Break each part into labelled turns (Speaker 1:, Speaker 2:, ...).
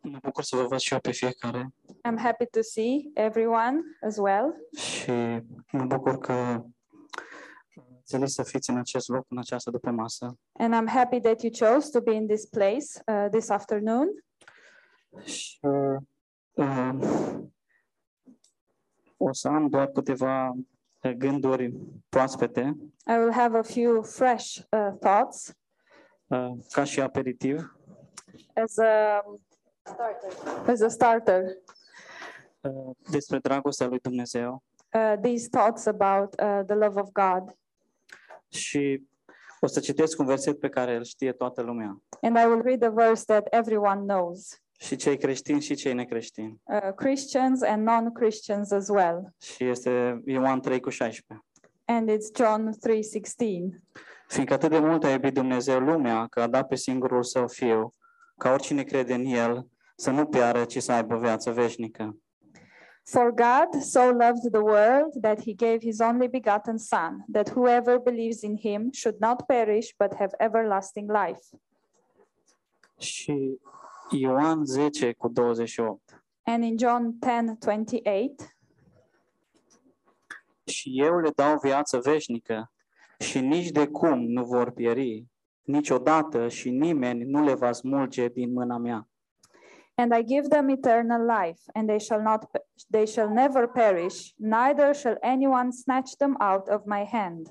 Speaker 1: Mă bucur să vă văd și eu pe fiecare
Speaker 2: I'm happy to see everyone as well.
Speaker 1: și mă bucur că ați ales să fiți în acest loc, în această după masă
Speaker 2: And I'm happy that you chose to be in this place uh, this afternoon.
Speaker 1: și uh, o să am doar câteva uh, gânduri proaspete
Speaker 2: I will have a few fresh uh, thoughts
Speaker 1: uh, ca și aperitiv.
Speaker 2: as a um, starter. As a starter,
Speaker 1: uh, despre dragostea lui Dumnezeu
Speaker 2: uh, these thoughts about uh, the love of God,
Speaker 1: și o să citesc un verset pe care îl știe toată lumea,
Speaker 2: and I will read a verse that everyone knows,
Speaker 1: și cei creștini și cei necreștini.
Speaker 2: uh, Christians and non-Christians as well,
Speaker 1: Și este Ioan 3 cu 16.
Speaker 2: and it's John three sixteen.
Speaker 1: Fiindcă atât de mult a iubit Dumnezeu lumea că a dat pe singurul său fiu, ca oricine crede în el să nu piară, ci să aibă viață veșnică.
Speaker 2: For God so loved the world that he gave his only begotten Son, that whoever believes in him should not perish but have everlasting life.
Speaker 1: Și Ioan 10 cu 28.
Speaker 2: And in John 10 28,
Speaker 1: Și eu le dau viață veșnică și nici de cum nu vor pieri, niciodată și nimeni nu le va smulge din mâna mea.
Speaker 2: And I give them eternal life, and they shall not pe- they shall never perish, neither shall anyone snatch them out of my hand.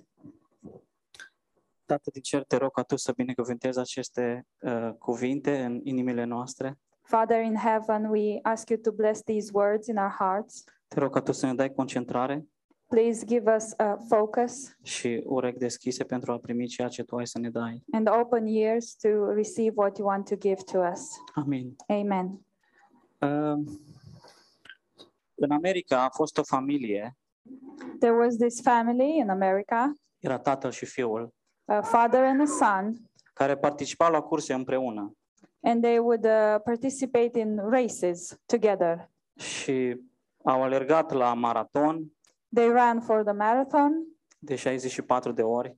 Speaker 1: Tată din cer, te rog ca Tu să binecuvântezi aceste uh, cuvinte în inimile noastre.
Speaker 2: Father in heaven, we ask you to bless these words in our hearts.
Speaker 1: Te rog ca Tu să ne dai concentrare
Speaker 2: Please give us a focus
Speaker 1: și urechi deschise pentru a primi ceea ce Tu ai să ne dai.
Speaker 2: and open ears to receive what you want to give to us.
Speaker 1: Amin.
Speaker 2: Amen.
Speaker 1: Uh, în America a fost o familie,
Speaker 2: There was this family in America,
Speaker 1: era tatăl și fiul,
Speaker 2: a father and a son,
Speaker 1: care participa la curse împreună
Speaker 2: and they would uh, participate in races together.
Speaker 1: și au alergat la maraton
Speaker 2: They ran for the marathon
Speaker 1: de 64 de ori,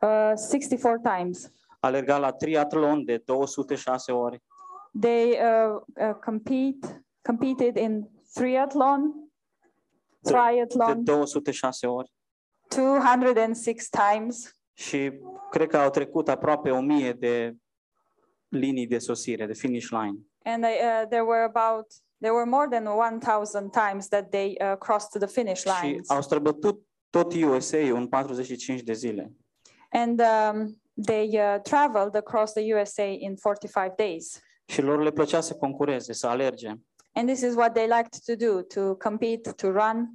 Speaker 2: uh, 64 times.
Speaker 1: alergat la triatlon de 206 ori,
Speaker 2: they uh, uh, compete competed in triathlon
Speaker 1: Tri- de
Speaker 2: triathlon
Speaker 1: 206 ori.
Speaker 2: 206 times
Speaker 1: și cred că au trecut aproape o mie de linii de sosire, de finish line.
Speaker 2: and they, uh, there were about there were more than 1000 times that they uh, crossed to the finish
Speaker 1: Și
Speaker 2: lines
Speaker 1: au străbătut tot USA-ul în 45 de zile.
Speaker 2: and um, they uh, traveled across the USA in 45 days
Speaker 1: Și lor le plăcea să concureze, să alerge.
Speaker 2: and this is what they liked to do to compete to run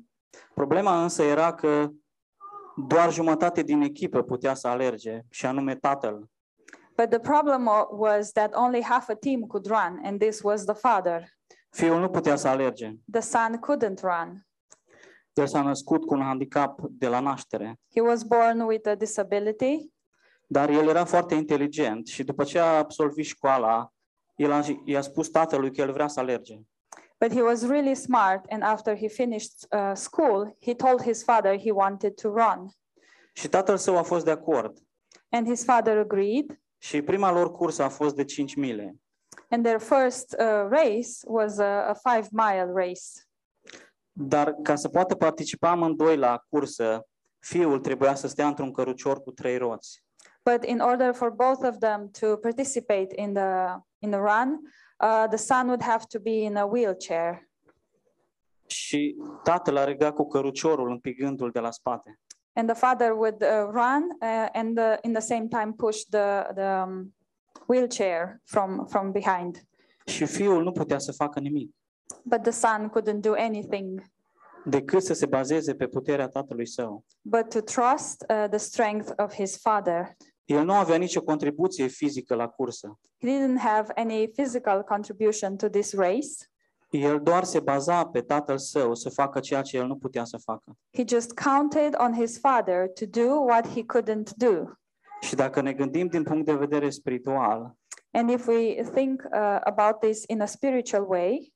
Speaker 1: Problema însă era că doar jumătate din echipă putea să alerge, și anume tatăl.
Speaker 2: but the problem wa- was that only half a team could run and this was the father
Speaker 1: Fiul nu putea să alerge.
Speaker 2: the son couldn't run
Speaker 1: El s-a născut cu un handicap de la naștere,
Speaker 2: He was born with a disability,
Speaker 1: dar el era foarte inteligent și după ce a absolvit școala, el a, i-a spus tatălui că el vrea să alerge.
Speaker 2: but he was really smart. And after he finished uh, school, he told his father he wanted to run.
Speaker 1: Și tatăl său a fost de acord.
Speaker 2: And his father agreed.
Speaker 1: Și prima lor cursă a fost de 5 mile.
Speaker 2: And their first uh, race was a, a five mile race.
Speaker 1: Dar ca să poată participa amândoi la cursă, fiul trebuia să stea într-un cărucior cu trei roți.
Speaker 2: But in order for both of them to participate in the, in the run, uh, the son would have to be in a wheelchair.
Speaker 1: Și tatăl a regat cu căruciorul împingându-l de la spate.
Speaker 2: And the father would uh, run uh, and uh, in the same time push the, the um, wheelchair from, from behind.
Speaker 1: Și fiul nu putea să facă nimic
Speaker 2: But the son couldn't do anything
Speaker 1: decât să se bazeze pe puterea tatălui său.
Speaker 2: but to trust uh, the strength of his father.
Speaker 1: El nu avea nicio contribuție fizică la cursă.
Speaker 2: He didn't have any physical contribution to this race.
Speaker 1: El doar se baza pe tatăl său să facă ceea ce el nu putea să facă.
Speaker 2: He just counted on his father to do what he couldn't do.
Speaker 1: Și dacă ne gândim din punct de vedere spiritual,
Speaker 2: And if we think uh, about this in a spiritual way,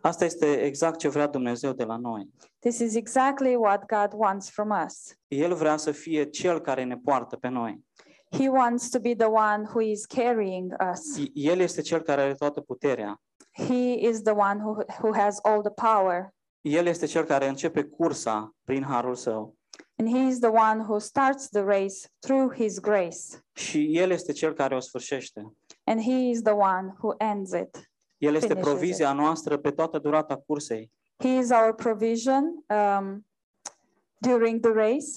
Speaker 1: Asta este exact ce vrea Dumnezeu de la noi.
Speaker 2: this is exactly what God wants from us.
Speaker 1: El vrea să fie cel care ne poartă pe noi.
Speaker 2: He wants to be the one who is carrying us.
Speaker 1: El este cel care are toată puterea.
Speaker 2: He is the one who, who has all the power,
Speaker 1: El este cel care începe cursa prin harul său
Speaker 2: and He is the one who starts the race through His grace,
Speaker 1: și El este cel care o sfârșește.
Speaker 2: and He is the one who ends it.
Speaker 1: El este
Speaker 2: Finishes it.
Speaker 1: provizia noastră pe toată durata cursei.
Speaker 2: He is our provision um, during the race,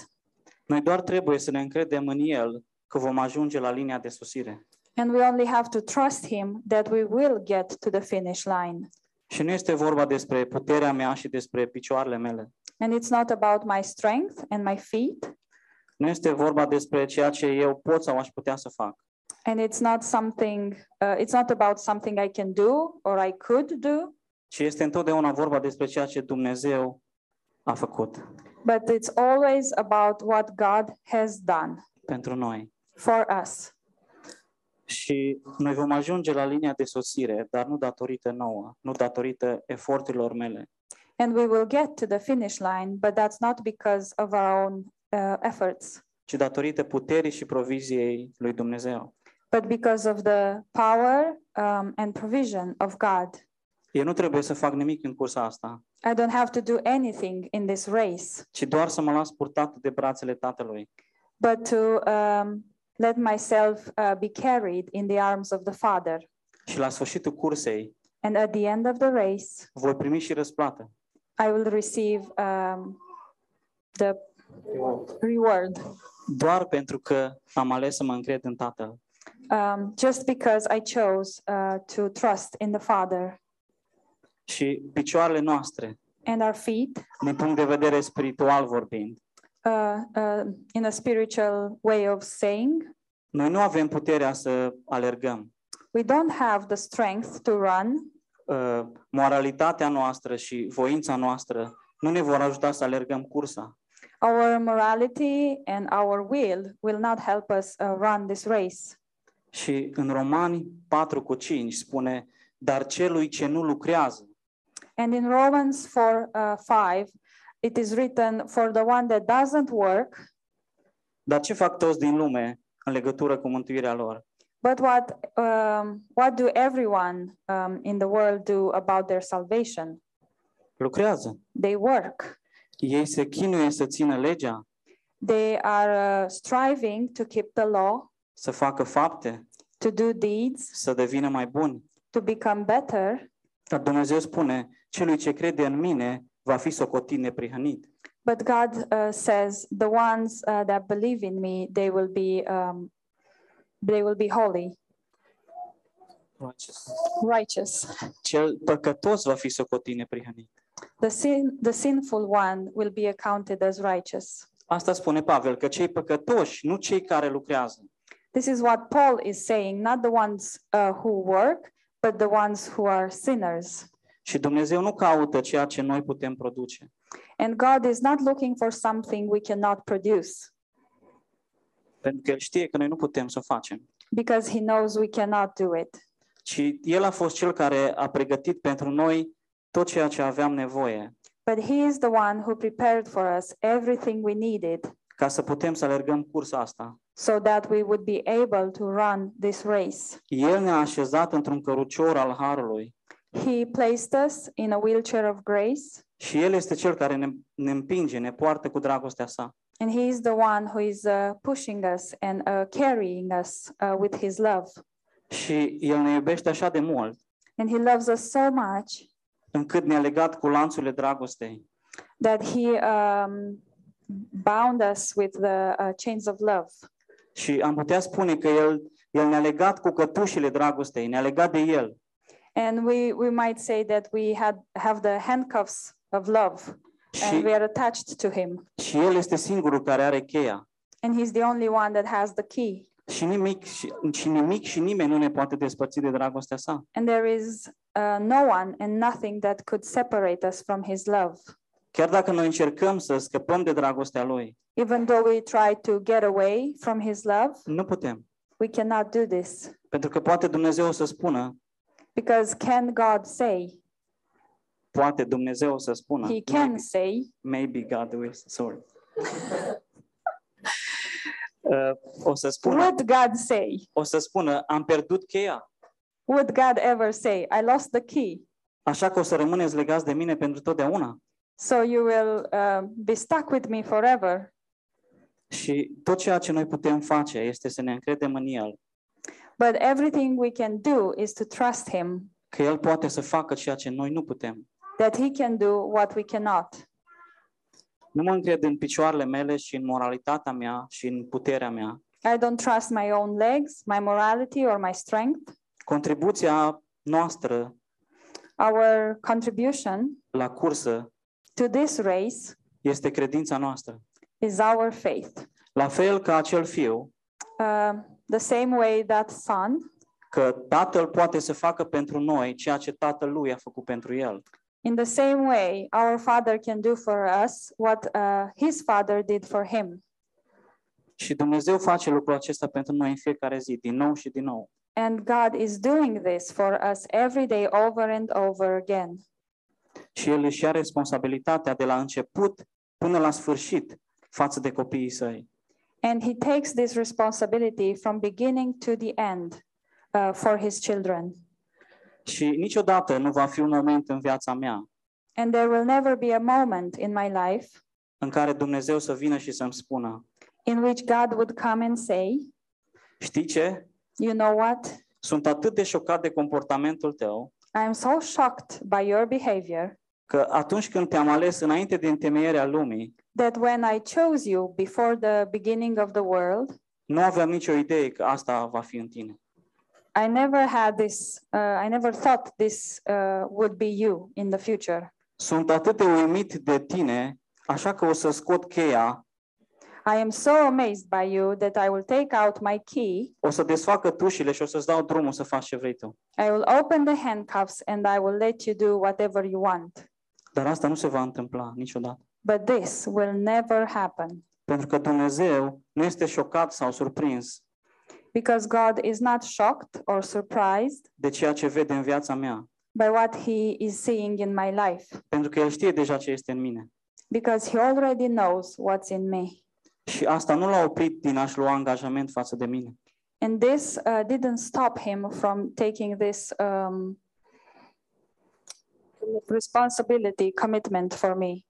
Speaker 1: Noi doar trebuie să ne încredem în El că vom ajunge la linia de sosire.
Speaker 2: and we only have to trust Him that we will get to the finish line.
Speaker 1: Și nu este vorba despre puterea mea și despre picioarele mele.
Speaker 2: And it's not about my strength and my feet,
Speaker 1: Nu este vorba despre ceea ce eu pot sau aș putea să fac.
Speaker 2: and it's not something, uh, it's not about something I can do or I could do,
Speaker 1: ci este întotdeauna vorba despre ceea ce Dumnezeu a făcut
Speaker 2: but it's always about what God has done
Speaker 1: pentru noi.
Speaker 2: for us.
Speaker 1: Și noi vom ajunge la linia de sosire, dar nu datorită nouă, nu datorită eforturilor mele,
Speaker 2: And we will get to the finish line, but that's not because of our own uh, efforts,
Speaker 1: ci datorită puterii și proviziei lui Dumnezeu.
Speaker 2: but because of the power um, and provision of God.
Speaker 1: Eu nu trebuie să fac nimic în cursa asta,
Speaker 2: I don't have to do anything in this race,
Speaker 1: ci doar să mă las purtat de brațele Tatălui.
Speaker 2: but to um, let myself uh, be carried in the arms of the Father.
Speaker 1: Și la sfârșitul cursei
Speaker 2: And at the end of the race,
Speaker 1: voi primi și răsplată.
Speaker 2: I will receive um, the reward
Speaker 1: Doar pentru că am ales să mă încred în Tatăl.
Speaker 2: um, just because I chose uh, to trust in the Father.
Speaker 1: Și picioarele noastre,
Speaker 2: And our feet,
Speaker 1: din punct de vedere spiritual vorbind,
Speaker 2: uh, uh, in a spiritual way of saying,
Speaker 1: Noi nu avem puterea să alergăm.
Speaker 2: we don't have the strength to run.
Speaker 1: Uh, Moralitatea noastră și voința noastră nu ne vor ajuta să alergăm cursa,
Speaker 2: Our morality and our will will not help us uh, run this race.
Speaker 1: Și în Romani 4 cu 5 spune, dar celui ce nu lucrează,
Speaker 2: And in Romans 4 uh, 5, it is written, For the one that doesn't work,
Speaker 1: dar ce fac toți din lume în legătură cu mântuirea lor?
Speaker 2: But what um, what do everyone um, in the world do about their salvation?
Speaker 1: Lucrează.
Speaker 2: They work.
Speaker 1: Ei se chinuie să țină legea,
Speaker 2: They are uh, striving to keep the law,
Speaker 1: să facă fapte,
Speaker 2: to do deeds,
Speaker 1: să devină mai buni.
Speaker 2: to become better.
Speaker 1: Dar Dumnezeu spune, celui ce crede în mine va fi socotit neprihănit.
Speaker 2: But God uh, says, the ones uh, that believe in me, they will be um, they will be holy, righteous.
Speaker 1: Cel păcătos va fi socotit neprihănit.
Speaker 2: The sin the sinful one will be accounted as righteous.
Speaker 1: Asta spune Pavel, că cei păcătoși, nu cei care lucrează.
Speaker 2: This is what Paul is saying, not the ones uh, who work, but the ones who are sinners.
Speaker 1: Și Dumnezeu nu caută ceea ce noi putem produce,
Speaker 2: And God is not looking for something we cannot produce
Speaker 1: pentru că El știe că noi nu putem să o facem.
Speaker 2: because He knows we cannot do it.
Speaker 1: Ci El a fost Cel care a pregătit pentru noi tot ceea ce aveam nevoie,
Speaker 2: But He is the one who prepared for us everything we needed
Speaker 1: ca să putem să alergăm cursa asta.
Speaker 2: so that we would be able to run this race.
Speaker 1: El ne-a așezat într-un cărucior al Harului
Speaker 2: He placed us in a wheelchair of grace,
Speaker 1: și El este Cel care ne, ne împinge, ne poartă cu dragostea sa.
Speaker 2: and He is the one who is uh, pushing us and uh, carrying us uh, with His love.
Speaker 1: Și El ne iubește așa de mult,
Speaker 2: And He loves us so much
Speaker 1: încât ne-a legat cu lanțurile dragostei.
Speaker 2: that He um, bound us with the uh, chains of love.
Speaker 1: Și am putea spune că el, el ne-a legat cu cătușile dragostei, ne-a legat de el.
Speaker 2: And we, we might say that we had have the handcuffs of love
Speaker 1: Și,
Speaker 2: and we are attached to him.
Speaker 1: și el este singurul care are cheia.
Speaker 2: And he's the only one that has the key.
Speaker 1: Și nimic și, și nimic și nimeni nu ne poate despărți de dragostea sa.
Speaker 2: And there is uh, no one and nothing that could separate us from his love.
Speaker 1: Chiar dacă noi încercăm să scăpăm de dragostea lui,
Speaker 2: Even though we try to get away from his love,
Speaker 1: nu putem.
Speaker 2: we cannot do this.
Speaker 1: Pentru că poate Dumnezeu o să spună,
Speaker 2: Because can God say?
Speaker 1: poate Dumnezeu o să spună,
Speaker 2: He can
Speaker 1: maybe,
Speaker 2: say,
Speaker 1: maybe God will, sorry. Uh, o să spună, Uh,
Speaker 2: would God say?
Speaker 1: o să spună, am pierdut cheia.
Speaker 2: Would God ever say, I lost the key?
Speaker 1: Așa că o să rămâneți legați de mine pentru totdeauna.
Speaker 2: So you will um, be stuck with me forever.
Speaker 1: Și tot ceea ce noi putem face este să ne încredem în El,
Speaker 2: But everything we can do is to trust Him
Speaker 1: că El poate să facă ceea ce noi nu putem.
Speaker 2: that He can do what we cannot.
Speaker 1: Nu mă încred în picioarele mele și în moralitatea mea și în puterea mea.
Speaker 2: I don't trust my own legs, my morality, or my strength.
Speaker 1: Contribuția noastră
Speaker 2: Our contribution
Speaker 1: la cursă
Speaker 2: to this race
Speaker 1: este credința noastră.
Speaker 2: is our faith.
Speaker 1: La fel ca acel fiu,
Speaker 2: Um, the same way that Son,
Speaker 1: că tatăl poate să facă pentru noi ceea ce tatăl lui a făcut pentru el.
Speaker 2: in the same way, our Father can do for us what uh, His Father did for Him.
Speaker 1: Și Dumnezeu face lucrul acesta pentru noi în fiecare zi, din nou și din nou.
Speaker 2: And God is doing this for us every day, over and over again.
Speaker 1: Și El își ia responsabilitatea de la început până la sfârșit față de copiii săi.
Speaker 2: And He takes this responsibility from beginning to the end uh, for His children.
Speaker 1: Și niciodată nu va fi un moment în viața mea
Speaker 2: And there will never be a moment in my life
Speaker 1: în care Dumnezeu să vină și să-mi spună,
Speaker 2: in which God would come and say,
Speaker 1: știi ce?
Speaker 2: You know what?
Speaker 1: Sunt atât de șocat de comportamentul tău
Speaker 2: I am so shocked by your behavior
Speaker 1: că atunci când te-am ales înainte de întemeierea lumii,
Speaker 2: that when I chose you before the beginning of the world,
Speaker 1: nu aveam nicio idee că asta va fi în tine.
Speaker 2: I never had this, uh, I never thought this uh, would be you in the future.
Speaker 1: Sunt atât de uimit de tine, așa că o să scot cheia,
Speaker 2: I am so amazed by you that I will take out my key,
Speaker 1: o să desfacă tușile și o să-ți dau drumul să faci ce vrei tu.
Speaker 2: I will open the handcuffs, and I will let you do whatever you want.
Speaker 1: Dar asta nu se va întâmpla niciodată.
Speaker 2: But this will never happen
Speaker 1: Pentru că Dumnezeu nu este șocat sau surprins
Speaker 2: because God is not shocked or surprised
Speaker 1: de ceea ce vede în viața mea,
Speaker 2: by what He is seeing in my life
Speaker 1: pentru că El știe deja ce este în mine.
Speaker 2: because He already knows what's in me.
Speaker 1: Și asta nu l-a oprit din a-și lua angajament față de mine.
Speaker 2: And this uh, didn't stop him from taking this um, responsibility, commitment for me.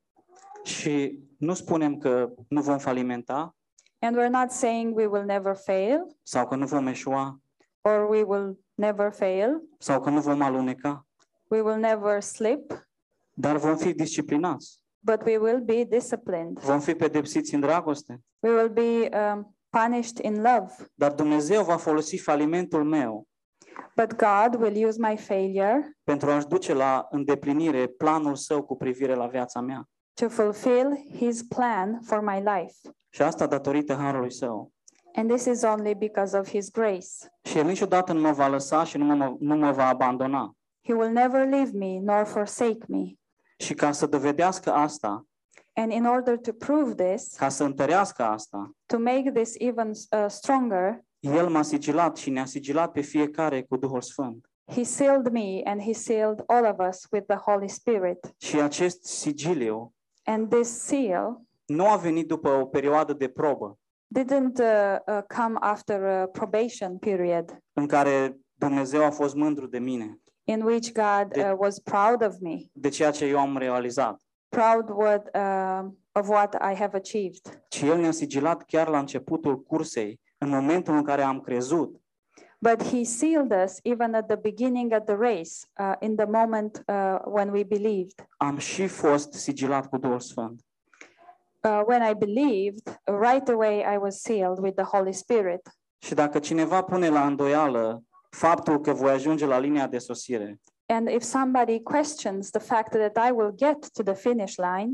Speaker 1: Și nu spunem că nu vom falimenta
Speaker 2: And we're not saying we will never fail
Speaker 1: sau că nu vom eșua
Speaker 2: or we will never fail,
Speaker 1: sau că nu vom aluneca,
Speaker 2: we will never slip,
Speaker 1: dar vom fi disciplinați,
Speaker 2: but we will be disciplined.
Speaker 1: vom fi pedepsiți în dragoste.
Speaker 2: We will be um, punished in love.
Speaker 1: Dar Dumnezeu va folosi falimentul meu
Speaker 2: But God will use my failure
Speaker 1: pentru a-și duce la îndeplinire planul său cu privire la viața mea.
Speaker 2: to fulfill His plan for my life.
Speaker 1: Și asta datorită harului său.
Speaker 2: And this is only because of His grace.
Speaker 1: Și el niciodată nu mă va lăsa și nu mă, nu mă va abandona.
Speaker 2: He will never leave me nor forsake me.
Speaker 1: Și ca să dovedească asta,
Speaker 2: And in order to prove this,
Speaker 1: ca să întărească asta,
Speaker 2: to make this even uh, stronger,
Speaker 1: el m-a sigilat și ne-a sigilat pe fiecare cu Duhul Sfânt.
Speaker 2: he sealed me and he sealed all of us with the Holy Spirit.
Speaker 1: Și acest sigiliu
Speaker 2: And this seal
Speaker 1: nu a venit după o perioadă de probă
Speaker 2: didn't uh, uh, come after a probation period
Speaker 1: în care Dumnezeu a fost mândru de mine,
Speaker 2: in which God
Speaker 1: The-
Speaker 2: uh, was proud of me,
Speaker 1: de ceea ce eu am realizat,
Speaker 2: proud what, um of what I have achieved.
Speaker 1: ci El ne-a sigilat chiar la începutul cursei, în momentul în care am crezut
Speaker 2: But he sealed us even at the beginning of the race, uh, in the moment uh, when we believed.
Speaker 1: am și fost sigilat cu Duhul Sfânt.
Speaker 2: Uh, when I believed, right away I was sealed with the Holy Spirit.
Speaker 1: Și dacă cineva pune la îndoială faptul că voi ajunge la linia de sosire,
Speaker 2: And if somebody questions the fact that I will get to the finish line,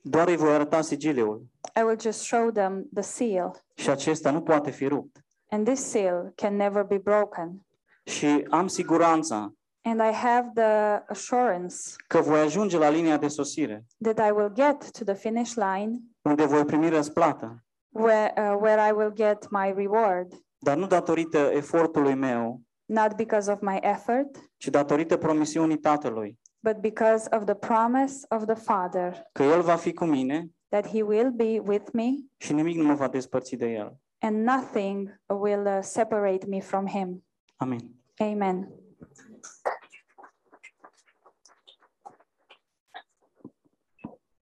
Speaker 1: doar îi voi arăta sigiliul
Speaker 2: I will just show them the seal.
Speaker 1: și acesta nu poate fi rupt.
Speaker 2: And this seal can never be broken.
Speaker 1: Și am siguranța
Speaker 2: And I have the assurance
Speaker 1: că voi ajunge la linia de sosire,
Speaker 2: that I will get to the finish line
Speaker 1: unde voi primi răsplată,
Speaker 2: where, uh, where I will get my reward,
Speaker 1: dar nu datorită efortului meu,
Speaker 2: not because of my effort,
Speaker 1: ci datorită promisiunii Tatălui,
Speaker 2: but because of the promise of the Father
Speaker 1: că El va fi cu mine
Speaker 2: that He will be with me
Speaker 1: și nimic nu mă va despărți de El.
Speaker 2: and nothing will uh, separate me from Him.
Speaker 1: Amin.
Speaker 2: Amen.